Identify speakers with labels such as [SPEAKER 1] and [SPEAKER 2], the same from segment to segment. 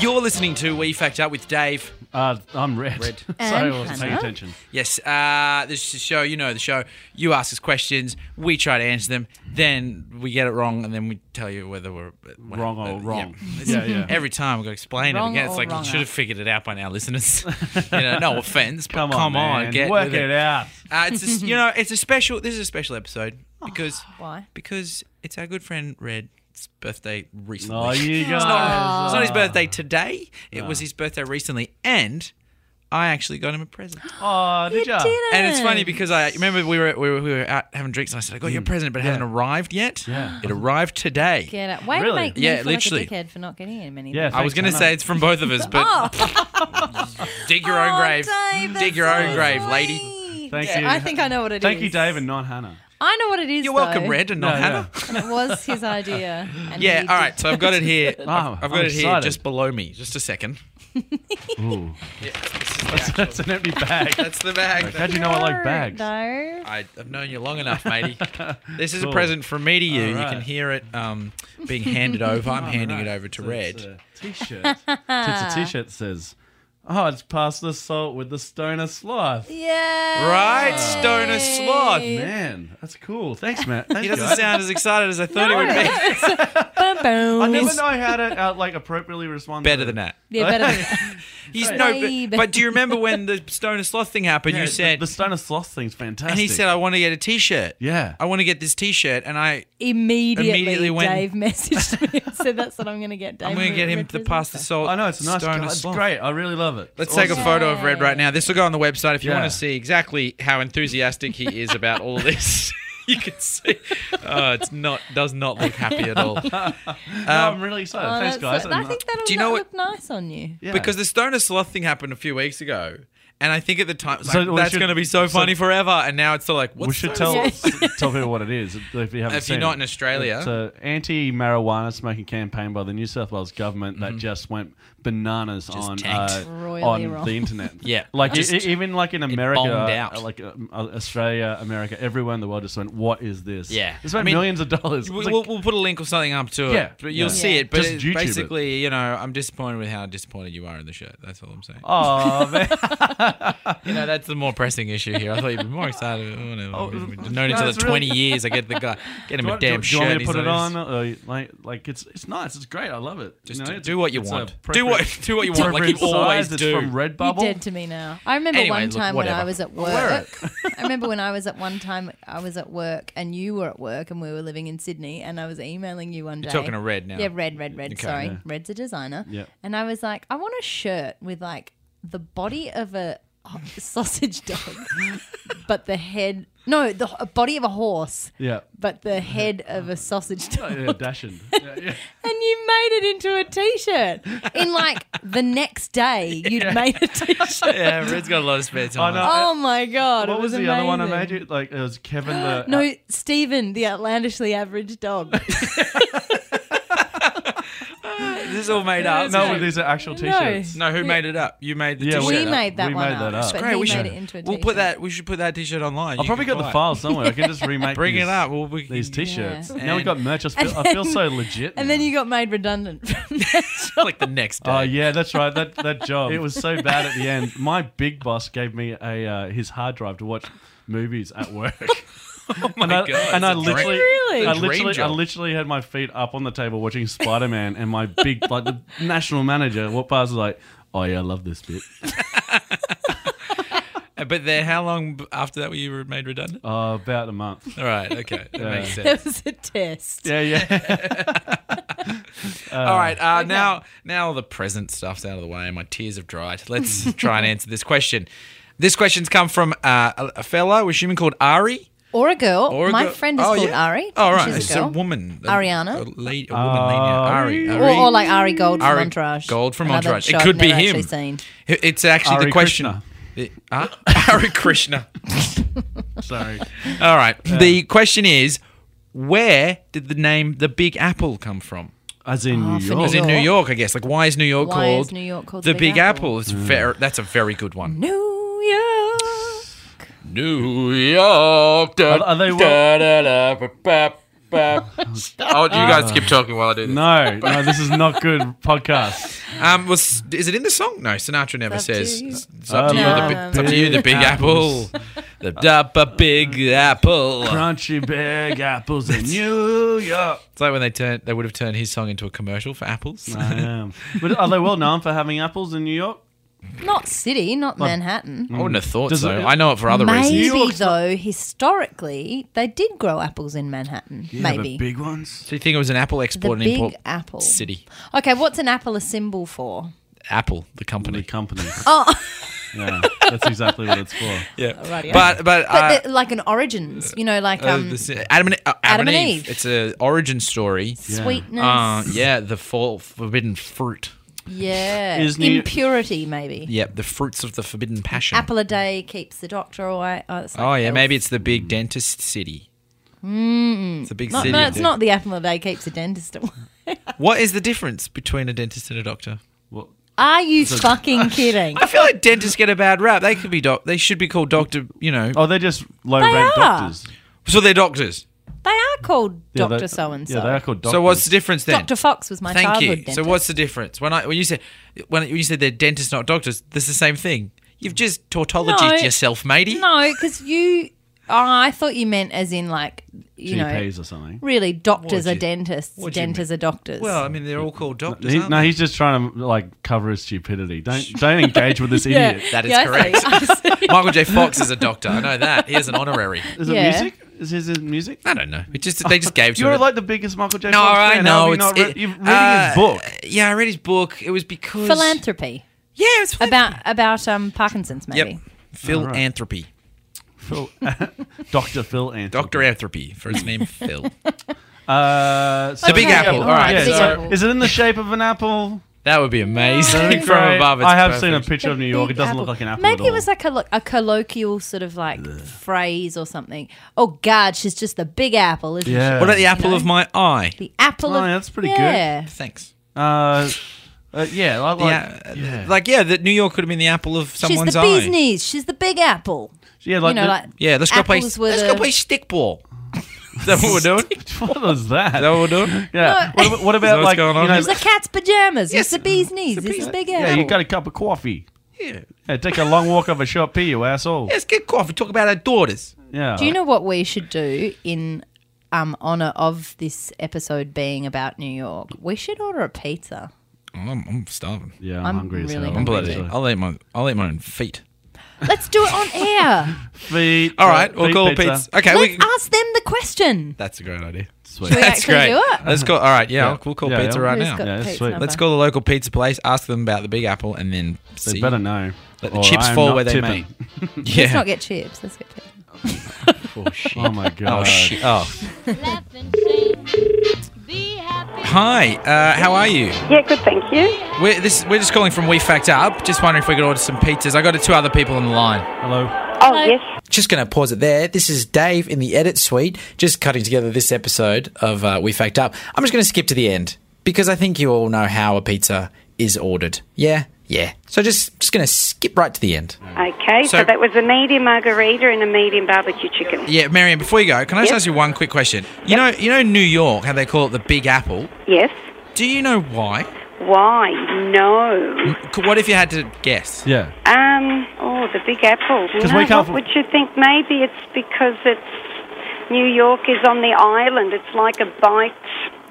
[SPEAKER 1] You're listening to We Fact Out with Dave.
[SPEAKER 2] Uh, I'm red.
[SPEAKER 1] Red.
[SPEAKER 2] so
[SPEAKER 3] And
[SPEAKER 2] I was paying
[SPEAKER 3] Hannah.
[SPEAKER 2] attention.
[SPEAKER 1] Yes, uh, this is the show, you know the show. You ask us questions, we try to answer them, then we get it wrong, and then we tell you whether we're whatever.
[SPEAKER 2] Wrong or
[SPEAKER 1] Yeah.
[SPEAKER 2] wrong.
[SPEAKER 1] It's-
[SPEAKER 2] Yeah, yeah.
[SPEAKER 1] Every time we've got to explain
[SPEAKER 3] Wrong
[SPEAKER 1] it again. It's
[SPEAKER 3] or
[SPEAKER 1] like
[SPEAKER 3] wronger.
[SPEAKER 1] you should have figured it out by now, listeners. you know, no offense, but come on,
[SPEAKER 2] man.
[SPEAKER 1] get
[SPEAKER 2] work
[SPEAKER 1] with
[SPEAKER 2] it out.
[SPEAKER 1] Uh, it's just, you know, it's a special. This is a special episode because
[SPEAKER 3] Why?
[SPEAKER 1] because it's our good friend Red's birthday recently.
[SPEAKER 2] Oh, you guys.
[SPEAKER 1] It's
[SPEAKER 2] Ah.
[SPEAKER 1] not his birthday today. It was his birthday recently, and I actually got him a present.
[SPEAKER 2] Oh, did ya?
[SPEAKER 3] did
[SPEAKER 1] And it's funny because I remember we were we were, we were out having drinks, and I said I got you a present, but it hasn't arrived yet.
[SPEAKER 2] Mm. Yeah.
[SPEAKER 1] It arrived today.
[SPEAKER 3] Get out. Way
[SPEAKER 2] Really?
[SPEAKER 3] to make me
[SPEAKER 1] Yeah,
[SPEAKER 3] feel
[SPEAKER 1] literally.
[SPEAKER 3] like a dickhead for not getting him anything.
[SPEAKER 2] Yeah,
[SPEAKER 1] I was
[SPEAKER 2] thanks,
[SPEAKER 1] going to
[SPEAKER 2] Hannah.
[SPEAKER 1] say it's from both of us, but
[SPEAKER 3] Oh,
[SPEAKER 1] dig your own
[SPEAKER 3] oh,
[SPEAKER 1] grave,
[SPEAKER 3] Dave, that's
[SPEAKER 1] dig your own
[SPEAKER 3] so
[SPEAKER 1] grave,
[SPEAKER 3] sweet.
[SPEAKER 1] lady.
[SPEAKER 2] Thank you.
[SPEAKER 3] I think I know what it is.
[SPEAKER 2] Thank you, Dave, and not Hannah.
[SPEAKER 3] I know what it is.
[SPEAKER 1] You're welcome,
[SPEAKER 3] though.
[SPEAKER 1] Red, and not
[SPEAKER 2] No,
[SPEAKER 1] Hannah.
[SPEAKER 3] And it was his idea. and
[SPEAKER 1] Yeah,
[SPEAKER 3] he
[SPEAKER 1] all
[SPEAKER 3] did
[SPEAKER 1] right. So I've got it here. I've,
[SPEAKER 2] Wow,
[SPEAKER 1] I've got
[SPEAKER 2] Oh, I'm
[SPEAKER 1] it here,
[SPEAKER 2] excited.
[SPEAKER 1] just below me. Just a second.
[SPEAKER 2] Ooh,
[SPEAKER 1] Yeah,
[SPEAKER 2] that's an empty bag.
[SPEAKER 1] that's the bag.
[SPEAKER 2] How'd you know I like
[SPEAKER 3] No,
[SPEAKER 2] bags?
[SPEAKER 3] No.
[SPEAKER 1] I, I've known you long enough, matey. This is
[SPEAKER 2] Cool.
[SPEAKER 1] a present from me to you.
[SPEAKER 2] All
[SPEAKER 1] You can
[SPEAKER 2] right.
[SPEAKER 1] hear it um, being handed over. I'm handing it over to Red.
[SPEAKER 2] Oh, It's uh, a t-shirt. So it's a t-shirt that says, "Oh, it's past the salt with the stoner sloth."
[SPEAKER 3] Yeah.
[SPEAKER 1] Right, stoner sloth.
[SPEAKER 2] Man, that's cool. Thanks, Matt. Thanks,
[SPEAKER 1] He doesn't
[SPEAKER 2] guys.
[SPEAKER 1] sound as excited as I thought he would be.
[SPEAKER 3] Boom, boom.
[SPEAKER 2] I never know how to uh, like appropriately respond.
[SPEAKER 1] Better
[SPEAKER 2] to
[SPEAKER 1] than that.
[SPEAKER 3] Yeah, better than
[SPEAKER 1] He's
[SPEAKER 2] Right.
[SPEAKER 1] no.
[SPEAKER 3] Babe.
[SPEAKER 1] But, but do you remember when the stoner sloth thing happened?
[SPEAKER 2] Yeah,
[SPEAKER 1] you
[SPEAKER 2] the-
[SPEAKER 1] said,
[SPEAKER 2] the, stoner sloth thing's fantastic.
[SPEAKER 1] and he said, I want to get a T-shirt.
[SPEAKER 2] "Yeah,
[SPEAKER 1] I want to get this T-shirt, and I
[SPEAKER 3] immediately,
[SPEAKER 1] Immediately went-
[SPEAKER 3] Dave messaged me and said, that's what I'm going to get Dave.
[SPEAKER 1] I'm going to get him to pass the salt.
[SPEAKER 2] "Oh, I know it's a nice.
[SPEAKER 1] stoner
[SPEAKER 2] guy. It's
[SPEAKER 1] sloth.
[SPEAKER 2] great. I really love it.
[SPEAKER 1] Let's
[SPEAKER 2] It's
[SPEAKER 1] take a
[SPEAKER 2] awesome.
[SPEAKER 1] photo of Red right now. This will go on the website if you
[SPEAKER 2] Yeah.
[SPEAKER 1] want to see exactly how enthusiastic he is about all of this. you can see, oh, it's not does not look happy at all.
[SPEAKER 2] No, I'm really excited.
[SPEAKER 3] Oh,
[SPEAKER 2] Thanks, guys.
[SPEAKER 3] that's- I think that'll
[SPEAKER 1] Do you know
[SPEAKER 3] not
[SPEAKER 1] what-
[SPEAKER 3] look nice on you.
[SPEAKER 2] Yeah.
[SPEAKER 1] Because the stoner sloth thing happened a few weeks ago, and I think at the time it was
[SPEAKER 2] So
[SPEAKER 1] like,
[SPEAKER 2] we
[SPEAKER 1] that's
[SPEAKER 2] should-
[SPEAKER 1] going to be so
[SPEAKER 2] so-
[SPEAKER 1] funny forever, and now it's still like what's
[SPEAKER 2] we should
[SPEAKER 1] stoner
[SPEAKER 2] tell
[SPEAKER 1] sloth?
[SPEAKER 2] tell people what it is if you haven't
[SPEAKER 1] if
[SPEAKER 2] seen
[SPEAKER 1] you're not
[SPEAKER 2] it.
[SPEAKER 1] in Australia.
[SPEAKER 2] It's uh, an anti-marijuana smoking campaign by the New South Wales government that just went bananas on
[SPEAKER 1] tanked.
[SPEAKER 2] uh,
[SPEAKER 3] Royally
[SPEAKER 2] on
[SPEAKER 3] wrong.
[SPEAKER 2] the internet.
[SPEAKER 1] Yeah.
[SPEAKER 2] like e-
[SPEAKER 1] Just-
[SPEAKER 2] e- even like in America,
[SPEAKER 1] bombed out.
[SPEAKER 2] uh, like uh, uh, Australia, America, everywhere in the world just went, "What is this?"
[SPEAKER 1] Yeah.
[SPEAKER 2] it's about
[SPEAKER 1] I mean,
[SPEAKER 2] millions of dollars.
[SPEAKER 1] We-
[SPEAKER 2] It's like-
[SPEAKER 1] we'll, we'll put a link or something up to it.
[SPEAKER 2] Yeah.
[SPEAKER 1] but you'll
[SPEAKER 2] Yeah.
[SPEAKER 1] see it. But
[SPEAKER 2] Just
[SPEAKER 1] it's
[SPEAKER 2] YouTube it.
[SPEAKER 1] basically, you know, I'm disappointed with how disappointed you are in the shirt. That's all I'm saying.
[SPEAKER 2] oh man,
[SPEAKER 1] You know, that's the more pressing issue here. I thought you'd be more excited. Oh, no,
[SPEAKER 2] Oh,
[SPEAKER 1] we've known each
[SPEAKER 2] no,
[SPEAKER 1] other
[SPEAKER 2] it's
[SPEAKER 1] 20
[SPEAKER 2] really-
[SPEAKER 1] years. I get the guy, get him
[SPEAKER 2] do,
[SPEAKER 1] a damn
[SPEAKER 2] do,
[SPEAKER 1] shirt.
[SPEAKER 2] you want
[SPEAKER 1] and
[SPEAKER 2] me to
[SPEAKER 1] he's
[SPEAKER 2] put it
[SPEAKER 1] like,
[SPEAKER 2] on? Or, like, like it's it's nice. It's great. I love it.
[SPEAKER 1] Just
[SPEAKER 2] You know,
[SPEAKER 1] do,
[SPEAKER 2] it's-
[SPEAKER 1] do what you
[SPEAKER 2] it's
[SPEAKER 1] want.
[SPEAKER 2] appropriate-
[SPEAKER 1] Do what do what you
[SPEAKER 2] it's
[SPEAKER 1] want, like you
[SPEAKER 2] appropriate
[SPEAKER 1] always
[SPEAKER 2] size. It's
[SPEAKER 1] do.
[SPEAKER 2] from Redbubble.
[SPEAKER 3] You did to me now. I remember
[SPEAKER 1] Anyway,
[SPEAKER 3] one
[SPEAKER 1] look,
[SPEAKER 3] time when
[SPEAKER 1] whatever.
[SPEAKER 3] I was at
[SPEAKER 2] wear
[SPEAKER 3] work. I remember when I was at one time I was at work and you were at work and we were living in Sydney and I was emailing you one day.
[SPEAKER 1] talking to Red now.
[SPEAKER 3] Yeah, red, red, red.
[SPEAKER 1] Okay,
[SPEAKER 3] sorry,
[SPEAKER 2] yeah.
[SPEAKER 3] red's a designer.
[SPEAKER 2] Yeah.
[SPEAKER 3] And I was like, I want a shirt with like the body of a ho- sausage dog, but the head. No, the h- body of a horse,
[SPEAKER 2] Yeah.
[SPEAKER 3] but the head of a sausage dog.
[SPEAKER 2] Yeah, dashing. Yeah, yeah.
[SPEAKER 3] And you made it into a t-shirt. In like the next day, you'd made a t-shirt.
[SPEAKER 1] Yeah, Red's got a lot of spare time.
[SPEAKER 2] know.
[SPEAKER 3] Oh my god!
[SPEAKER 2] What
[SPEAKER 3] it
[SPEAKER 2] was, the other one I made
[SPEAKER 3] amazing.
[SPEAKER 2] you? Like it was Kevin the
[SPEAKER 1] Uh,
[SPEAKER 3] No, Stephen, the outlandishly average dog.
[SPEAKER 1] This is all made up.
[SPEAKER 2] No, these are actual t-shirts.
[SPEAKER 1] no, who made it up? You made the
[SPEAKER 2] Yeah,
[SPEAKER 1] t-shirt.
[SPEAKER 3] we
[SPEAKER 1] up.
[SPEAKER 3] made that
[SPEAKER 2] We
[SPEAKER 3] one
[SPEAKER 2] made that
[SPEAKER 3] up,
[SPEAKER 2] up.
[SPEAKER 3] but
[SPEAKER 1] Great,
[SPEAKER 3] he
[SPEAKER 1] we
[SPEAKER 3] made
[SPEAKER 1] should.
[SPEAKER 3] it into a
[SPEAKER 1] We'll
[SPEAKER 3] t-shirt.
[SPEAKER 1] put that. We should put that t-shirt online.
[SPEAKER 2] I've probably got the file somewhere. I can just remake.
[SPEAKER 1] Bring
[SPEAKER 2] these,
[SPEAKER 1] it up. Well, we can,
[SPEAKER 2] These t-shirts.
[SPEAKER 1] Yeah.
[SPEAKER 2] Now we've got merch. I feel, I feel so legit.
[SPEAKER 3] And then you got made redundant. From that job.
[SPEAKER 1] like the next day.
[SPEAKER 2] Oh yeah, that's right. That that job. It was so bad at the end. My big boss gave me a uh, his hard drive to watch movies at work.
[SPEAKER 1] Oh my
[SPEAKER 2] and I,
[SPEAKER 1] god!
[SPEAKER 2] and I
[SPEAKER 1] it's a dream.
[SPEAKER 2] literally,
[SPEAKER 3] Really?
[SPEAKER 2] I
[SPEAKER 1] It's a dream
[SPEAKER 2] literally, I
[SPEAKER 1] job.
[SPEAKER 2] literally had my feet up on the table watching Spider Man, and my big like the national manager walked past and was like, "Oh yeah, I love this bit."
[SPEAKER 1] Uh, But then, how long b- after that were you made redundant?
[SPEAKER 2] Oh, about a month.
[SPEAKER 1] All right. Okay, that makes sense.
[SPEAKER 3] That was a test.
[SPEAKER 2] Yeah, yeah.
[SPEAKER 1] All right, uh, now now all the present stuff's out of the way, and my tears have dried. Let's try and answer this question. This question's come from uh, a, a fella, we're assuming called Ari.
[SPEAKER 3] Or a girl.
[SPEAKER 1] Or a
[SPEAKER 3] My
[SPEAKER 1] girl-
[SPEAKER 3] friend is
[SPEAKER 1] Oh,
[SPEAKER 3] called
[SPEAKER 1] yeah.
[SPEAKER 3] Ari.
[SPEAKER 1] Oh, right,
[SPEAKER 3] She's a
[SPEAKER 1] it's
[SPEAKER 3] girl.
[SPEAKER 1] a woman, a-
[SPEAKER 3] Ariana?
[SPEAKER 1] a, lady- a
[SPEAKER 2] Uh,
[SPEAKER 1] woman, lady, yeah. Ari,
[SPEAKER 3] Or,
[SPEAKER 1] Ari,
[SPEAKER 3] or like Ari Gold from
[SPEAKER 1] Ari
[SPEAKER 3] Entourage.
[SPEAKER 1] Gold from
[SPEAKER 3] Another
[SPEAKER 1] Entourage.
[SPEAKER 3] show
[SPEAKER 1] It could
[SPEAKER 3] I've
[SPEAKER 1] be
[SPEAKER 3] never
[SPEAKER 1] him.
[SPEAKER 3] actually seen.
[SPEAKER 1] It- It's actually
[SPEAKER 2] Ari
[SPEAKER 1] the question.
[SPEAKER 2] Krishna.
[SPEAKER 1] It- huh? Ari Krishna.
[SPEAKER 2] Sorry.
[SPEAKER 1] All right. The question is, where did the name the Big Apple come from?
[SPEAKER 2] As in New
[SPEAKER 3] for
[SPEAKER 2] York.
[SPEAKER 1] It's in
[SPEAKER 3] York.
[SPEAKER 1] New York, I guess. Like, why is New York
[SPEAKER 3] Why
[SPEAKER 1] called
[SPEAKER 3] is New York called
[SPEAKER 1] the
[SPEAKER 3] the Big
[SPEAKER 1] Big,
[SPEAKER 3] Apple?
[SPEAKER 1] Apple? It's
[SPEAKER 2] Hmm.
[SPEAKER 1] fair. That's a very good one.
[SPEAKER 3] New York.
[SPEAKER 1] New York.
[SPEAKER 2] Are- are they
[SPEAKER 1] da, da, da, ba, ba.
[SPEAKER 4] Oh, you guys keep talking while I do this.
[SPEAKER 2] No, no, this is not good podcast.
[SPEAKER 1] Um, was is it in the song? No, Sinatra never
[SPEAKER 3] It's up to
[SPEAKER 1] says.
[SPEAKER 3] you.
[SPEAKER 1] It's up to you.
[SPEAKER 3] I
[SPEAKER 1] The,
[SPEAKER 3] love
[SPEAKER 1] bi- it's up to you. The
[SPEAKER 2] big
[SPEAKER 1] Big Apple.
[SPEAKER 2] apples.
[SPEAKER 1] The Dapper Big Apple.
[SPEAKER 2] Crunchy big apples in New York.
[SPEAKER 1] It's like when they turned, they would have turned his song into a commercial for apples.
[SPEAKER 2] I am. But are they well known for having apples in New York?
[SPEAKER 3] Not city, not Manhattan.
[SPEAKER 1] I wouldn't have thought
[SPEAKER 2] Does
[SPEAKER 1] so.
[SPEAKER 2] it-
[SPEAKER 1] I know it for other
[SPEAKER 3] Maybe
[SPEAKER 1] reasons.
[SPEAKER 2] New York's not-
[SPEAKER 3] though, historically, they did grow apples in Manhattan.
[SPEAKER 2] Yeah,
[SPEAKER 3] maybe
[SPEAKER 2] but big ones.
[SPEAKER 1] Do you think it was an apple
[SPEAKER 3] the
[SPEAKER 1] export and
[SPEAKER 3] big
[SPEAKER 1] import
[SPEAKER 3] apple
[SPEAKER 1] city?
[SPEAKER 3] Okay, what's an apple a symbol for?
[SPEAKER 1] Apple, the
[SPEAKER 2] The
[SPEAKER 1] company.
[SPEAKER 2] company.
[SPEAKER 3] Oh,
[SPEAKER 2] Yeah, that's exactly what it's for.
[SPEAKER 1] Yeah,
[SPEAKER 3] Alrighty.
[SPEAKER 1] but but, uh,
[SPEAKER 3] but the- like an origins, you know, like
[SPEAKER 1] uh,
[SPEAKER 3] um,
[SPEAKER 1] this- Adam and, uh, Adam and
[SPEAKER 3] and
[SPEAKER 1] Eve.
[SPEAKER 3] Eve.
[SPEAKER 1] It's a origin story.
[SPEAKER 3] sweetness.
[SPEAKER 1] Uh, yeah, the fall, forbidden fruit.
[SPEAKER 3] yeah,
[SPEAKER 2] Is New-
[SPEAKER 3] impurity maybe.
[SPEAKER 1] Yep, the fruits of the forbidden passion.
[SPEAKER 3] Apple a day keeps the doctor away. Oh, that's
[SPEAKER 1] Oh
[SPEAKER 3] like
[SPEAKER 1] yeah,
[SPEAKER 3] health.
[SPEAKER 1] maybe it's the big dentist city. Mm. It's a big
[SPEAKER 3] Not,
[SPEAKER 1] city.
[SPEAKER 3] no,
[SPEAKER 1] of
[SPEAKER 3] it's
[SPEAKER 1] dent-
[SPEAKER 3] not the apple a day keeps the dentist away.
[SPEAKER 1] What is the difference between a dentist and a doctor?
[SPEAKER 2] Well,
[SPEAKER 3] Are you fucking kidding?
[SPEAKER 1] I feel like dentists get a bad rap. They could be doc. They should be called doctor. You know,
[SPEAKER 2] oh, they're just low
[SPEAKER 3] They
[SPEAKER 2] rent
[SPEAKER 3] are.
[SPEAKER 2] doctors.
[SPEAKER 1] so they're doctors.
[SPEAKER 3] They are called
[SPEAKER 2] Yeah,
[SPEAKER 3] Doctor
[SPEAKER 2] they-
[SPEAKER 3] So and
[SPEAKER 2] Yeah, they are
[SPEAKER 3] So.
[SPEAKER 2] called doctors.
[SPEAKER 1] So what's the difference then?
[SPEAKER 3] Doctor Fox was my
[SPEAKER 1] Thank you.
[SPEAKER 3] childhood dentist.
[SPEAKER 1] So what's the difference when I when you said when you said they're dentists not doctors? That's the same thing. You've just tautologized
[SPEAKER 3] No.
[SPEAKER 1] yourself, matey.
[SPEAKER 3] No, because you. Oh, I thought you meant as in like you know,
[SPEAKER 2] GPs or something?
[SPEAKER 3] really doctors
[SPEAKER 1] What'd
[SPEAKER 3] are
[SPEAKER 1] you-
[SPEAKER 3] dentists,
[SPEAKER 1] what'd you
[SPEAKER 3] dentists are doctors.
[SPEAKER 1] Well, I mean they're all called doctors.
[SPEAKER 2] He,
[SPEAKER 1] aren't
[SPEAKER 2] no,
[SPEAKER 1] they?
[SPEAKER 2] he's just trying to like cover his stupidity. Don't don't engage with this idiot.
[SPEAKER 1] That is
[SPEAKER 3] I see, I see.
[SPEAKER 1] Michael J. Fox is a doctor. I know that. He has an honorary.
[SPEAKER 2] Is
[SPEAKER 3] Yeah.
[SPEAKER 2] it music? Is his his music?
[SPEAKER 1] I don't know. It just they just gave to
[SPEAKER 2] You're
[SPEAKER 1] him.
[SPEAKER 2] like the biggest Michael J.
[SPEAKER 1] no,
[SPEAKER 2] Fox
[SPEAKER 1] I
[SPEAKER 2] fan. How
[SPEAKER 1] know.
[SPEAKER 2] have you
[SPEAKER 1] It's,
[SPEAKER 2] not read,
[SPEAKER 1] it-
[SPEAKER 2] you're reading
[SPEAKER 1] uh,
[SPEAKER 2] his book.
[SPEAKER 1] Yeah, I read his book. It was because
[SPEAKER 3] philanthropy
[SPEAKER 1] Yeah, it was philan-
[SPEAKER 3] about about um Parkinson's maybe.
[SPEAKER 1] Yep. Philanthropy.
[SPEAKER 2] Phil, Dr. Phil Anthony.
[SPEAKER 1] Doctor Anthropy for his name Phil.
[SPEAKER 2] Uh, so-
[SPEAKER 1] The Big
[SPEAKER 3] Okay,
[SPEAKER 1] Apple. All
[SPEAKER 3] all
[SPEAKER 1] right.
[SPEAKER 3] right,
[SPEAKER 2] Yeah,
[SPEAKER 3] Big
[SPEAKER 2] so
[SPEAKER 3] Apple.
[SPEAKER 2] is it in the shape of an apple?
[SPEAKER 1] That would be amazing
[SPEAKER 2] Great.
[SPEAKER 1] from above. It's
[SPEAKER 2] I have
[SPEAKER 1] perfect.
[SPEAKER 2] seen a picture of New York. It
[SPEAKER 3] Big
[SPEAKER 2] doesn't
[SPEAKER 3] apple.
[SPEAKER 2] look like an apple.
[SPEAKER 3] Maybe
[SPEAKER 2] at
[SPEAKER 3] it was
[SPEAKER 2] all.
[SPEAKER 3] like a, lo- a colloquial sort of like phrase or something. Oh God, she's just the big apple, isn't
[SPEAKER 2] Yeah.
[SPEAKER 3] she?
[SPEAKER 1] What about the
[SPEAKER 3] You
[SPEAKER 1] apple
[SPEAKER 3] know?
[SPEAKER 1] of my eye?
[SPEAKER 3] The apple.
[SPEAKER 2] Oh,
[SPEAKER 3] of,
[SPEAKER 2] yeah, that's pretty good.
[SPEAKER 3] yeah.
[SPEAKER 1] Thanks.
[SPEAKER 2] Uh, uh, yeah, like, like,
[SPEAKER 1] yeah, uh,
[SPEAKER 2] yeah.
[SPEAKER 1] like yeah, that New York could have been the apple of
[SPEAKER 3] She's
[SPEAKER 1] someone's
[SPEAKER 3] the
[SPEAKER 1] eye.
[SPEAKER 3] bee's knees. She's the big apple.
[SPEAKER 2] yeah, like
[SPEAKER 3] you know,
[SPEAKER 2] the-
[SPEAKER 3] like
[SPEAKER 1] Yeah, let's go play.
[SPEAKER 3] Apples
[SPEAKER 1] Let's
[SPEAKER 3] were
[SPEAKER 1] go
[SPEAKER 3] the-
[SPEAKER 1] play stickball. Is that what we're doing? Is
[SPEAKER 2] what was that?
[SPEAKER 1] that what we're doing?
[SPEAKER 2] yeah.
[SPEAKER 3] No.
[SPEAKER 2] What about, what
[SPEAKER 1] that
[SPEAKER 2] about
[SPEAKER 1] what's
[SPEAKER 2] like
[SPEAKER 1] going
[SPEAKER 2] you
[SPEAKER 1] on?
[SPEAKER 2] know?
[SPEAKER 3] it's the cat's pajamas.
[SPEAKER 1] Yes.
[SPEAKER 3] It's the bee's knees. It's the big
[SPEAKER 2] yeah,
[SPEAKER 3] apple.
[SPEAKER 2] you got a cup of coffee.
[SPEAKER 1] Yeah.
[SPEAKER 2] Yeah, take a long walk over a short pee, you asshole.
[SPEAKER 1] Yeah, Let's get coffee. Talk about our daughters.
[SPEAKER 2] Yeah.
[SPEAKER 3] Do you know what we should do in um, honor of this episode being about New York? We should order a pizza.
[SPEAKER 1] I'm, I'm starving.
[SPEAKER 2] Yeah, I'm,
[SPEAKER 3] I'm
[SPEAKER 2] hungry as
[SPEAKER 3] really
[SPEAKER 2] hell.
[SPEAKER 1] I'm
[SPEAKER 3] hungry.
[SPEAKER 1] bloody. I'll eat my. I'll eat my own feet.
[SPEAKER 3] Let's do it on air.
[SPEAKER 2] Feet.
[SPEAKER 1] All right, we'll
[SPEAKER 2] feet
[SPEAKER 1] call
[SPEAKER 2] pizza.
[SPEAKER 1] pizza. Okay, we.
[SPEAKER 3] Let's
[SPEAKER 1] Can,
[SPEAKER 3] ask them the question.
[SPEAKER 1] that's a great idea.
[SPEAKER 2] Sweet.
[SPEAKER 3] Should we
[SPEAKER 1] That's
[SPEAKER 3] actually
[SPEAKER 1] great.
[SPEAKER 3] do it?
[SPEAKER 1] Let's call. All right, yeah,
[SPEAKER 2] Yeah.
[SPEAKER 1] I'll- we'll call
[SPEAKER 2] Yeah,
[SPEAKER 1] pizza
[SPEAKER 2] yeah.
[SPEAKER 1] right
[SPEAKER 3] Who's
[SPEAKER 1] now.
[SPEAKER 3] got
[SPEAKER 2] Yeah, that's
[SPEAKER 3] Pete's
[SPEAKER 2] sweet.
[SPEAKER 1] Let's
[SPEAKER 3] number?
[SPEAKER 1] call the local pizza place, ask them about the Big Apple, and then
[SPEAKER 2] They
[SPEAKER 1] see.
[SPEAKER 2] better know.
[SPEAKER 1] Let the
[SPEAKER 2] or
[SPEAKER 1] chips
[SPEAKER 2] I'm
[SPEAKER 1] fall
[SPEAKER 2] not
[SPEAKER 1] where they
[SPEAKER 2] tipping.
[SPEAKER 1] may.
[SPEAKER 3] Let's
[SPEAKER 1] yeah.
[SPEAKER 3] not get chips. Let's get pizza.
[SPEAKER 1] oh shit.
[SPEAKER 2] Oh my god.
[SPEAKER 1] Oh shit. Oh.
[SPEAKER 5] Laugh and sing. Be happy.
[SPEAKER 1] Hi. Uh, how are you?
[SPEAKER 6] Yeah, good, thank you.
[SPEAKER 1] We're this. We're just calling from We Fact Up. Just wondering if we could order some pizzas. I got two other people on the line.
[SPEAKER 2] Hello.
[SPEAKER 6] Oh, yes.
[SPEAKER 1] Just going to pause it there. This is Dave in the edit suite, just cutting together this episode of uh, We Fact Up. I'm just going to skip to the end because I think you all know how a pizza is ordered. Yeah, yeah. So just just going to skip right to the end.
[SPEAKER 6] Okay, so,
[SPEAKER 1] So-
[SPEAKER 6] that was a medium margarita and a medium barbecue chicken.
[SPEAKER 1] Yeah, Marion. Before you go, can I just
[SPEAKER 6] Yep.
[SPEAKER 1] ask you one quick question? You know, you know, New York, how they call it the Big Apple.
[SPEAKER 6] Yes.
[SPEAKER 1] Do you know why?
[SPEAKER 6] Why? No.
[SPEAKER 1] C- What if you had to guess?
[SPEAKER 2] Yeah.
[SPEAKER 6] Um. Oh, the Big Apple.
[SPEAKER 2] 'Cause
[SPEAKER 6] No,
[SPEAKER 2] we come
[SPEAKER 6] what
[SPEAKER 2] from-
[SPEAKER 6] would you think? Maybe it's because it's New York is on the island. It's like a bite,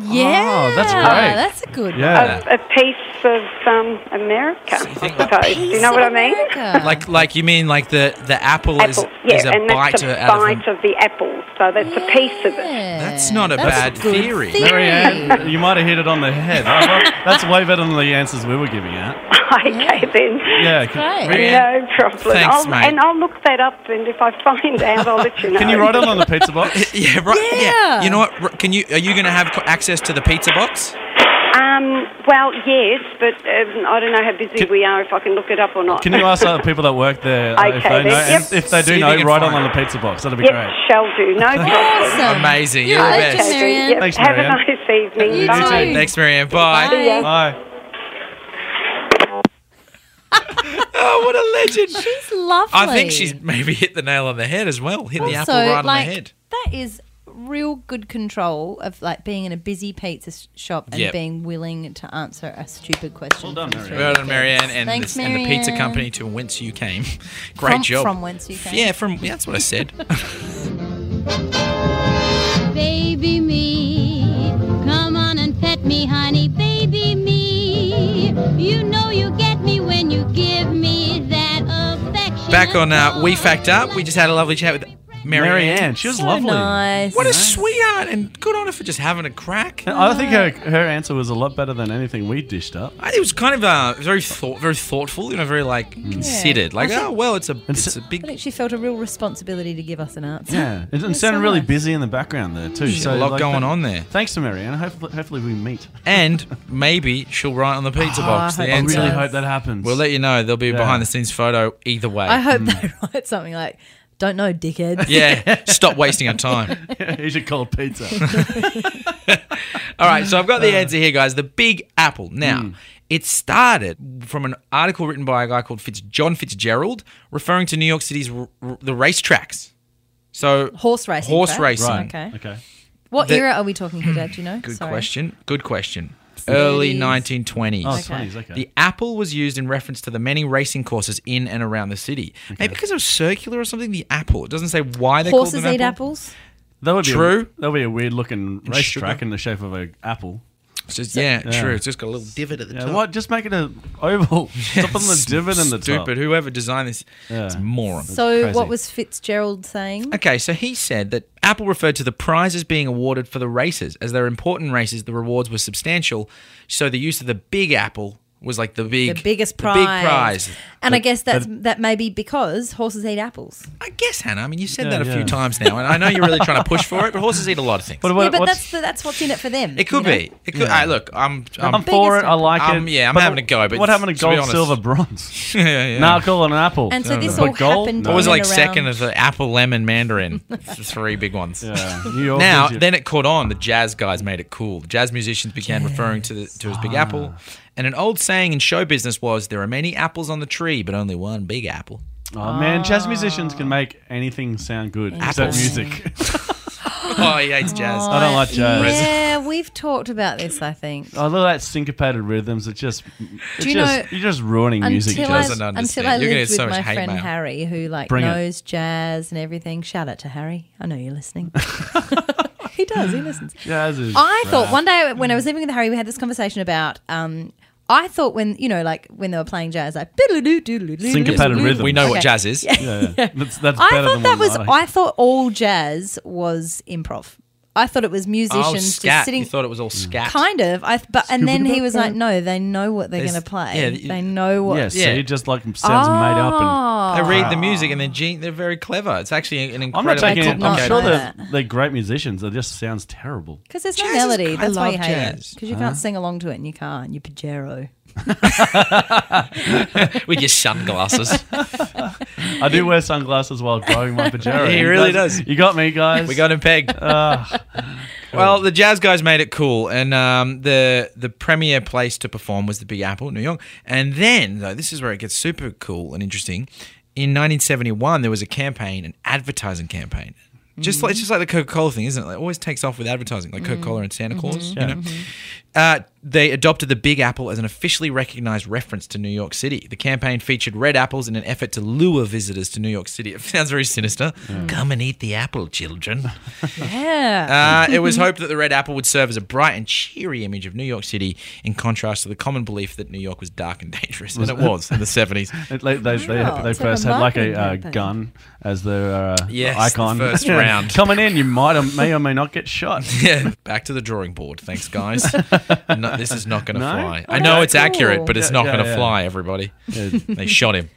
[SPEAKER 3] Yeah.
[SPEAKER 2] Oh, that's great.
[SPEAKER 3] That's a good one.
[SPEAKER 2] Yeah.
[SPEAKER 6] a piece of um, America,
[SPEAKER 1] Uh. you
[SPEAKER 6] I
[SPEAKER 1] think like
[SPEAKER 6] suppose. you know what I mean?
[SPEAKER 3] America.
[SPEAKER 1] Like, like you mean like the the apple, is,
[SPEAKER 6] Apple. Yeah,
[SPEAKER 1] is a
[SPEAKER 6] and
[SPEAKER 1] bite
[SPEAKER 6] that's a
[SPEAKER 1] to- out of.
[SPEAKER 6] bite of, the apple. So that's a piece of it.
[SPEAKER 1] That's not a
[SPEAKER 3] That's
[SPEAKER 1] bad
[SPEAKER 3] good
[SPEAKER 1] theory.
[SPEAKER 2] Marianne, you might have hit it on the head. I love- that's way better than the answers we were giving out.
[SPEAKER 6] okay, then.
[SPEAKER 2] Yeah. Can,
[SPEAKER 3] Great.
[SPEAKER 1] Really?
[SPEAKER 6] No problem.
[SPEAKER 1] Thanks,
[SPEAKER 6] I'll,
[SPEAKER 1] mate.
[SPEAKER 6] And I'll look that up, and if I find out, I'll let you know.
[SPEAKER 2] can you write it on the pizza box?
[SPEAKER 1] Yeah, right. Yeah.
[SPEAKER 3] Yeah.
[SPEAKER 1] You know what? r- Can you? Are you going to have co- access to the pizza box?
[SPEAKER 6] Um, well, yes, but um, I don't know how busy we are. If I can look it up or not.
[SPEAKER 2] Can you ask other people that work there uh, if
[SPEAKER 6] Okay,
[SPEAKER 2] they know?
[SPEAKER 6] then,
[SPEAKER 2] And
[SPEAKER 6] yep.
[SPEAKER 2] if they
[SPEAKER 1] See
[SPEAKER 2] do
[SPEAKER 1] if
[SPEAKER 2] know,
[SPEAKER 1] you can
[SPEAKER 2] write it
[SPEAKER 1] find
[SPEAKER 2] on
[SPEAKER 1] it.
[SPEAKER 2] the pizza box. That'd be
[SPEAKER 6] Yep,
[SPEAKER 2] great.
[SPEAKER 6] shall do. No problem.
[SPEAKER 3] Awesome.
[SPEAKER 1] Amazing. You're
[SPEAKER 3] You're
[SPEAKER 1] the
[SPEAKER 3] a
[SPEAKER 1] best.
[SPEAKER 3] legend, Marianne.
[SPEAKER 6] Yep,
[SPEAKER 2] Thanks,
[SPEAKER 6] have a
[SPEAKER 2] Marianne.
[SPEAKER 6] nice evening.
[SPEAKER 3] You
[SPEAKER 6] Bye.
[SPEAKER 3] too.
[SPEAKER 1] Thanks, Marianne. Bye.
[SPEAKER 3] Bye.
[SPEAKER 6] Yeah.
[SPEAKER 2] Bye.
[SPEAKER 1] Oh, what a legend!
[SPEAKER 3] She's lovely.
[SPEAKER 1] I think she's maybe hit the nail on the head as well. Hit the apple
[SPEAKER 3] Also,
[SPEAKER 1] right
[SPEAKER 3] like,
[SPEAKER 1] on the head.
[SPEAKER 3] That is real good control of like being in a busy pizza s- shop and
[SPEAKER 1] Yep.
[SPEAKER 3] being willing to answer a stupid question.
[SPEAKER 2] Well done,
[SPEAKER 3] from
[SPEAKER 2] Marianne.
[SPEAKER 1] Well
[SPEAKER 3] three
[SPEAKER 1] done, Marianne,
[SPEAKER 3] kids.
[SPEAKER 1] and,
[SPEAKER 3] Thanks,
[SPEAKER 1] the, and the pizza
[SPEAKER 3] Marianne.
[SPEAKER 1] company to whence you came. Great
[SPEAKER 3] From-
[SPEAKER 1] job.
[SPEAKER 3] from whence you came.
[SPEAKER 1] Yeah, from yeah, that's what I said.
[SPEAKER 5] Baby me, come on and pet me, honey. Baby me, you know you get me when you give me that affection.
[SPEAKER 1] Back on uh, We Fact Up, we just had a lovely chat with Marianne.
[SPEAKER 2] Marianne, she was
[SPEAKER 3] So
[SPEAKER 2] lovely.
[SPEAKER 3] nice.
[SPEAKER 1] What a sweetheart, and good on her for just having a crack.
[SPEAKER 2] I think her,
[SPEAKER 1] Uh,
[SPEAKER 2] her answer was a lot better than anything we dished up.
[SPEAKER 1] I think it was kind of uh, very thought, very thoughtful, you know, very like considered. Like,
[SPEAKER 3] I
[SPEAKER 1] oh well, it's a
[SPEAKER 2] And
[SPEAKER 1] it's
[SPEAKER 2] so-
[SPEAKER 1] a
[SPEAKER 3] I
[SPEAKER 1] big
[SPEAKER 3] think she felt a real responsibility to give us an answer.
[SPEAKER 2] Yeah, and, and
[SPEAKER 3] That's so
[SPEAKER 2] sounded really
[SPEAKER 3] nice.
[SPEAKER 2] busy in the background there too.
[SPEAKER 1] Shit, a lot going
[SPEAKER 2] th-
[SPEAKER 1] on there.
[SPEAKER 2] Thanks to Marianne. Hopefully, hopefully we meet.
[SPEAKER 1] and maybe she'll write on the pizza
[SPEAKER 3] Oh,
[SPEAKER 1] box.
[SPEAKER 3] I
[SPEAKER 1] The
[SPEAKER 3] hope
[SPEAKER 2] Ah, I
[SPEAKER 1] answer.
[SPEAKER 3] so.
[SPEAKER 2] really hope that happens.
[SPEAKER 1] We'll let you know. There'll be a
[SPEAKER 2] Yeah.
[SPEAKER 1] behind the scenes photo either way.
[SPEAKER 3] I hope they write something like, "Don't know, dickhead."
[SPEAKER 1] Mm. yeah, stop wasting our time.
[SPEAKER 2] Here's your cold pizza.
[SPEAKER 1] All right, so I've got the
[SPEAKER 2] Uh.
[SPEAKER 1] answer here, guys. The Big Apple. Now,
[SPEAKER 2] Hmm.
[SPEAKER 1] it started from an article written by a guy called Fitz, John Fitzgerald, referring to New York City's r- r- the racetracks. So
[SPEAKER 3] Horse racing.
[SPEAKER 1] Horse
[SPEAKER 3] correct?
[SPEAKER 1] racing.
[SPEAKER 2] Right.
[SPEAKER 3] Okay.
[SPEAKER 2] Okay.
[SPEAKER 3] What
[SPEAKER 1] The-
[SPEAKER 3] era are we talking here, Dad? Do you know?
[SPEAKER 1] Good
[SPEAKER 3] Sorry.
[SPEAKER 1] question. Good question. Early
[SPEAKER 3] 30s.
[SPEAKER 1] 1920s.
[SPEAKER 2] Oh,
[SPEAKER 3] Okay.
[SPEAKER 2] 20s. Okay.
[SPEAKER 1] The apple was used in reference to the many racing courses in and around the city. Maybe because it was circular or something. The apple. It doesn't say why they
[SPEAKER 3] Horses
[SPEAKER 1] called them
[SPEAKER 3] eat
[SPEAKER 1] apple.
[SPEAKER 3] apples.
[SPEAKER 2] that would be
[SPEAKER 1] True.
[SPEAKER 2] A, that would be a weird looking
[SPEAKER 1] sugar.
[SPEAKER 2] racetrack in the shape of an apple.
[SPEAKER 1] It's just, yeah,
[SPEAKER 2] Yeah.
[SPEAKER 1] true. It's just got a little divot at the
[SPEAKER 2] Yeah,
[SPEAKER 1] top.
[SPEAKER 2] what? Just make it an oval. Stop on the divot in the
[SPEAKER 1] Stupid.
[SPEAKER 2] top.
[SPEAKER 1] Whoever designed this,
[SPEAKER 2] Yeah.
[SPEAKER 1] it's a moron.
[SPEAKER 3] So
[SPEAKER 2] crazy.
[SPEAKER 3] what was Fitzgerald saying?
[SPEAKER 1] Okay, so he said that Apple referred to the prizes being awarded for the races. As they were important races, the rewards were substantial. So the use of the big apple was like the big,
[SPEAKER 3] The biggest
[SPEAKER 1] the
[SPEAKER 3] prize.
[SPEAKER 1] big prize.
[SPEAKER 3] And I guess that's that may be because horses eat apples.
[SPEAKER 1] I guess, Hannah. I mean, you've said
[SPEAKER 2] Yeah,
[SPEAKER 1] that a
[SPEAKER 2] yeah.
[SPEAKER 1] few times now, and I know you're really trying to push for it. But horses eat a lot of things.
[SPEAKER 2] But
[SPEAKER 3] yeah,
[SPEAKER 2] what-
[SPEAKER 3] but
[SPEAKER 2] what's-
[SPEAKER 3] that's the, that's what's in it for them.
[SPEAKER 1] It could
[SPEAKER 3] you know?
[SPEAKER 1] be. It could. Hey, look, I'm. I'm,
[SPEAKER 2] I'm for it.
[SPEAKER 3] biggest
[SPEAKER 2] I like
[SPEAKER 1] Um,
[SPEAKER 2] it.
[SPEAKER 1] yeah, I'm having a go, but
[SPEAKER 2] what happened to
[SPEAKER 1] to be
[SPEAKER 2] gold,
[SPEAKER 1] honest-
[SPEAKER 2] silver, bronze?
[SPEAKER 1] yeah, yeah.
[SPEAKER 2] Now call it an apple.
[SPEAKER 3] And so this
[SPEAKER 2] But
[SPEAKER 3] all
[SPEAKER 2] gold?
[SPEAKER 3] happened.
[SPEAKER 2] No.
[SPEAKER 1] what was it,
[SPEAKER 3] in
[SPEAKER 1] like
[SPEAKER 3] and
[SPEAKER 1] second
[SPEAKER 3] around-
[SPEAKER 1] of the apple, lemon, mandarin? the three big ones.
[SPEAKER 2] Yeah, New York
[SPEAKER 1] Now,
[SPEAKER 2] is your-
[SPEAKER 1] then it caught on. The jazz guys made it cool. Jazz musicians began referring to the, to it as Big Apple. And an old saying in show business was, "There are many apples on the tree, but only one Big Apple."
[SPEAKER 2] Oh man, jazz musicians can
[SPEAKER 3] Ah.
[SPEAKER 2] make anything sound good except
[SPEAKER 1] Interesting.
[SPEAKER 2] music.
[SPEAKER 1] Oh, he hates jazz.
[SPEAKER 2] I don't like jazz.
[SPEAKER 3] Yeah, we've talked about this. I think.
[SPEAKER 2] I love that syncopated rhythms. It's just, it's
[SPEAKER 3] you
[SPEAKER 2] just
[SPEAKER 3] know-
[SPEAKER 2] you're just ruining music.
[SPEAKER 3] Until I,
[SPEAKER 2] Jazz.
[SPEAKER 1] doesn't understand.
[SPEAKER 3] until I
[SPEAKER 1] You're gonna get
[SPEAKER 3] lived with
[SPEAKER 1] so much
[SPEAKER 3] my
[SPEAKER 1] hate
[SPEAKER 3] friend
[SPEAKER 1] mail.
[SPEAKER 3] Harry, who like
[SPEAKER 2] Bring it.
[SPEAKER 3] knows jazz and everything. Shout out to Harry. I know you're listening. he does. He listens.
[SPEAKER 2] Jazz is
[SPEAKER 3] I thought
[SPEAKER 2] crap.
[SPEAKER 3] one day when I was living with Harry, we had this conversation about. Um, I thought when you know, like when they were playing jazz, like
[SPEAKER 2] Syncopated rhythm.
[SPEAKER 1] We know what
[SPEAKER 3] Okay.
[SPEAKER 1] jazz is.
[SPEAKER 2] Yeah, yeah. That's, that's
[SPEAKER 3] I
[SPEAKER 2] better
[SPEAKER 3] thought
[SPEAKER 2] than
[SPEAKER 3] that
[SPEAKER 2] what
[SPEAKER 3] was.
[SPEAKER 2] I,
[SPEAKER 3] I thought all jazz was improv. I thought it was musicians
[SPEAKER 1] Oh,
[SPEAKER 3] just
[SPEAKER 1] scat.
[SPEAKER 3] sitting.
[SPEAKER 1] You thought it was all scat.
[SPEAKER 3] kind of. I th- but and then he was like, no, they know what they're
[SPEAKER 1] There's-
[SPEAKER 3] going to play.
[SPEAKER 1] yeah, you-
[SPEAKER 3] they know what.
[SPEAKER 2] yeah,
[SPEAKER 1] Yeah.
[SPEAKER 2] see, just like sounds made up. And
[SPEAKER 1] They
[SPEAKER 3] Oh.
[SPEAKER 1] read the music and they're gen- they're very clever. It's actually an
[SPEAKER 2] I'm
[SPEAKER 1] incredible.
[SPEAKER 2] not taking.
[SPEAKER 3] did
[SPEAKER 2] it.
[SPEAKER 3] not
[SPEAKER 2] I'm sure
[SPEAKER 3] know
[SPEAKER 2] they're,
[SPEAKER 3] that.
[SPEAKER 2] they're great musicians. It just sounds terrible.
[SPEAKER 3] Because there's
[SPEAKER 1] Jazz
[SPEAKER 3] no
[SPEAKER 1] is
[SPEAKER 3] melody.
[SPEAKER 1] cr- I
[SPEAKER 3] That's why you
[SPEAKER 1] love
[SPEAKER 3] hate
[SPEAKER 1] jazz.
[SPEAKER 3] it. Because you can't sing along to it in your car in your Pajero.
[SPEAKER 1] with your sunglasses.
[SPEAKER 2] I do wear sunglasses while driving my Pajero.
[SPEAKER 1] He
[SPEAKER 2] You
[SPEAKER 1] really
[SPEAKER 2] guys-
[SPEAKER 1] does.
[SPEAKER 2] You got me, guys.
[SPEAKER 1] we got him pegged. Ah. Well, the jazz guys made it cool, and um, the the premier place to perform was the Big Apple, New York. And then, though, this is where it gets super cool and interesting. In 1971, there was a campaign, an advertising campaign. Just like it's just like the Coca Cola thing, isn't it? It always takes off with advertising, like Coca Cola and Santa Claus. You know, uh, they adopted the Big Apple as an officially recognized reference to New York City. The campaign featured red apples in an effort to lure visitors to New York City. It sounds very sinister.
[SPEAKER 2] Mm.
[SPEAKER 1] Come and eat the apple, children.
[SPEAKER 3] Yeah.
[SPEAKER 1] Uh, it was hoped that the red apple would serve as a bright and cheery image of New York City, in contrast to the common belief that New York was dark and dangerous, and it was in the seventies.
[SPEAKER 2] It, like, they they,
[SPEAKER 3] Wow,
[SPEAKER 2] they
[SPEAKER 3] it's like a
[SPEAKER 2] first had like a
[SPEAKER 3] marketing
[SPEAKER 2] uh,
[SPEAKER 3] campaign.
[SPEAKER 2] gun as their uh,
[SPEAKER 1] Yes,
[SPEAKER 2] icon.
[SPEAKER 1] the first
[SPEAKER 2] Yeah.
[SPEAKER 1] round.
[SPEAKER 2] Coming in, you might or may or may not get shot.
[SPEAKER 1] Yeah, back to the drawing board. Thanks, guys. No, this is not going to
[SPEAKER 2] No? Oh,
[SPEAKER 1] fly. I know it's
[SPEAKER 3] cool.
[SPEAKER 1] accurate, but it's
[SPEAKER 2] Yeah,
[SPEAKER 1] not
[SPEAKER 2] yeah,
[SPEAKER 1] going to
[SPEAKER 2] yeah.
[SPEAKER 1] fly. Everybody, they shot him.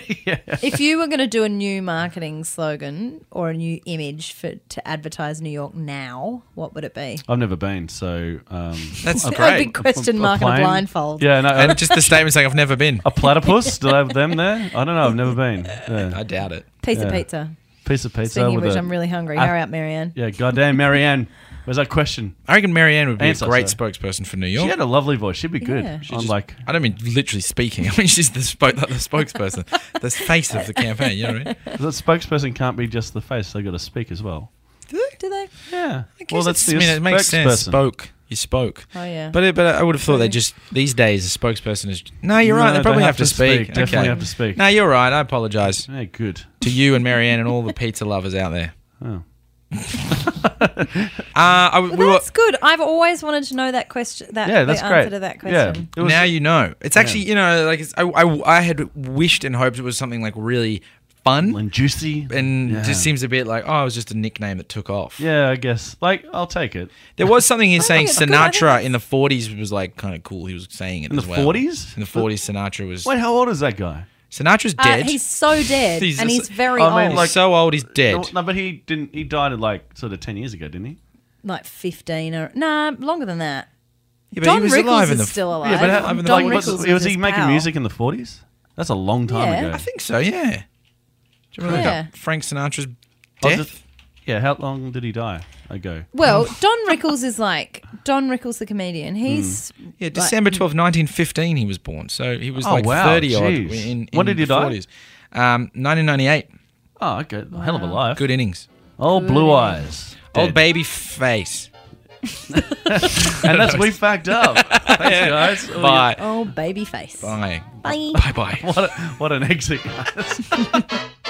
[SPEAKER 3] if you were going to do a new marketing slogan or a new image for to advertise New York now, what would it be?
[SPEAKER 2] I've never been, so um,
[SPEAKER 1] That's
[SPEAKER 3] A
[SPEAKER 1] great.
[SPEAKER 3] big question
[SPEAKER 2] a
[SPEAKER 3] mark and a
[SPEAKER 2] plane?
[SPEAKER 3] blindfold.
[SPEAKER 2] Yeah, no,
[SPEAKER 1] And
[SPEAKER 2] a,
[SPEAKER 1] just the statement saying I've never been.
[SPEAKER 2] a platypus. Do they have them there? I don't know. I've never been. Yeah.
[SPEAKER 1] I doubt it.
[SPEAKER 3] Piece
[SPEAKER 2] Yeah.
[SPEAKER 3] of pizza.
[SPEAKER 2] Piece of pizza
[SPEAKER 3] Speaking of
[SPEAKER 2] with
[SPEAKER 3] which,
[SPEAKER 2] a,
[SPEAKER 3] i I'm really hungry.
[SPEAKER 2] I-
[SPEAKER 3] Hurry up, Marianne.
[SPEAKER 2] yeah. Goddamn, Marianne, where's that question?
[SPEAKER 1] I reckon Marianne would be
[SPEAKER 2] Answer,
[SPEAKER 1] a great
[SPEAKER 2] sir.
[SPEAKER 1] spokesperson for New
[SPEAKER 2] She
[SPEAKER 1] York.
[SPEAKER 2] had a lovely voice. She'd be good.
[SPEAKER 3] Yeah.
[SPEAKER 2] I'm
[SPEAKER 1] Just-
[SPEAKER 2] like,
[SPEAKER 1] I don't mean literally speaking. I mean she's the, spoke like the spokesperson, the face of the campaign. You know what I mean?
[SPEAKER 2] the spokesperson can't be just the face. They got to speak as well.
[SPEAKER 1] Do they?
[SPEAKER 3] Do they?
[SPEAKER 2] Yeah.
[SPEAKER 1] I
[SPEAKER 2] Well,
[SPEAKER 1] guess it's-
[SPEAKER 2] that's the
[SPEAKER 1] I mean, it makes sense.
[SPEAKER 2] spokesperson.
[SPEAKER 1] Spoke. You spoke.
[SPEAKER 3] Oh yeah.
[SPEAKER 1] But but I would have thought they just these days a spokesperson is. No, you're right.
[SPEAKER 2] No,
[SPEAKER 1] They probably have, to speak.
[SPEAKER 2] Definitely
[SPEAKER 1] okay.
[SPEAKER 2] have to speak.
[SPEAKER 1] No, you're right. I apologise
[SPEAKER 2] Hey, good.
[SPEAKER 1] to you and Marianne and all the pizza lovers out there.
[SPEAKER 2] Oh.
[SPEAKER 1] Uh, I, we
[SPEAKER 3] well,
[SPEAKER 1] were,
[SPEAKER 3] that's good. I've always wanted to know that question. That
[SPEAKER 2] Yeah, that's
[SPEAKER 3] the
[SPEAKER 2] great.
[SPEAKER 3] answer to that
[SPEAKER 2] Yeah.
[SPEAKER 3] question.
[SPEAKER 2] It was-
[SPEAKER 1] now you know. It's actually you know like it's, I, I I had wished and hoped it was something like really fun
[SPEAKER 2] and juicy.
[SPEAKER 1] and
[SPEAKER 2] yeah.
[SPEAKER 1] just seems a bit like oh it was just a nickname that took off.
[SPEAKER 2] Yeah, I guess. Like, I'll take it.
[SPEAKER 1] There was something here saying
[SPEAKER 3] it's good. I think
[SPEAKER 1] Sinatra
[SPEAKER 3] it's-
[SPEAKER 1] in the 40s was like kind of cool. He was saying it
[SPEAKER 2] In
[SPEAKER 1] as
[SPEAKER 2] the
[SPEAKER 1] well.
[SPEAKER 2] 40s?
[SPEAKER 1] In the 40s, Sinatra was.
[SPEAKER 2] Wait, how old is that guy?
[SPEAKER 1] Sinatra's
[SPEAKER 3] Uh,
[SPEAKER 1] dead.
[SPEAKER 3] he's so dead,
[SPEAKER 1] He's
[SPEAKER 3] and
[SPEAKER 1] just-
[SPEAKER 3] he's very
[SPEAKER 2] I mean,
[SPEAKER 3] old,
[SPEAKER 1] He's
[SPEAKER 3] like,
[SPEAKER 2] like-
[SPEAKER 1] so old, he's dead.
[SPEAKER 2] No, but he didn't. He died at like sort of ten years ago, didn't he?
[SPEAKER 3] fifteen or nah, longer than that.
[SPEAKER 1] Yeah, but
[SPEAKER 3] Don
[SPEAKER 1] he was
[SPEAKER 3] Rickles
[SPEAKER 1] alive in
[SPEAKER 3] is
[SPEAKER 1] the.
[SPEAKER 3] still alive.
[SPEAKER 1] Yeah, but how- I mean,
[SPEAKER 3] Don
[SPEAKER 1] like,
[SPEAKER 2] was,
[SPEAKER 1] what's-
[SPEAKER 3] Rickles
[SPEAKER 2] was
[SPEAKER 3] is
[SPEAKER 2] he
[SPEAKER 3] his
[SPEAKER 2] making
[SPEAKER 3] pal.
[SPEAKER 2] music in the forties? That's a long time
[SPEAKER 3] Yeah.
[SPEAKER 2] ago.
[SPEAKER 1] I think so, yeah. Do you remember
[SPEAKER 3] Yeah.
[SPEAKER 1] that Frank Sinatra's
[SPEAKER 2] I
[SPEAKER 1] death?
[SPEAKER 2] was just- yeah. How long did he die ago?
[SPEAKER 3] Well, Don Rickles is like Don Rickles, the comedian. He's
[SPEAKER 1] yeah, December 12th, 1915, he was born. So he was
[SPEAKER 2] Oh,
[SPEAKER 1] like
[SPEAKER 2] wow,
[SPEAKER 1] 30 odd
[SPEAKER 2] jeez.
[SPEAKER 1] in, in
[SPEAKER 2] When did he
[SPEAKER 1] the
[SPEAKER 2] die?
[SPEAKER 1] 40s. Um, 1998.
[SPEAKER 2] Oh, okay. Hell of a life.
[SPEAKER 1] Good innings.
[SPEAKER 2] Oh, blue eyes.
[SPEAKER 1] Old
[SPEAKER 2] Dead.
[SPEAKER 1] baby face.
[SPEAKER 2] and that's we fact up. Thanks, guys.
[SPEAKER 1] Bye.
[SPEAKER 3] oh baby face.
[SPEAKER 1] Bye.
[SPEAKER 3] Bye.
[SPEAKER 1] Bye bye.
[SPEAKER 2] What, a, what an exit, guys.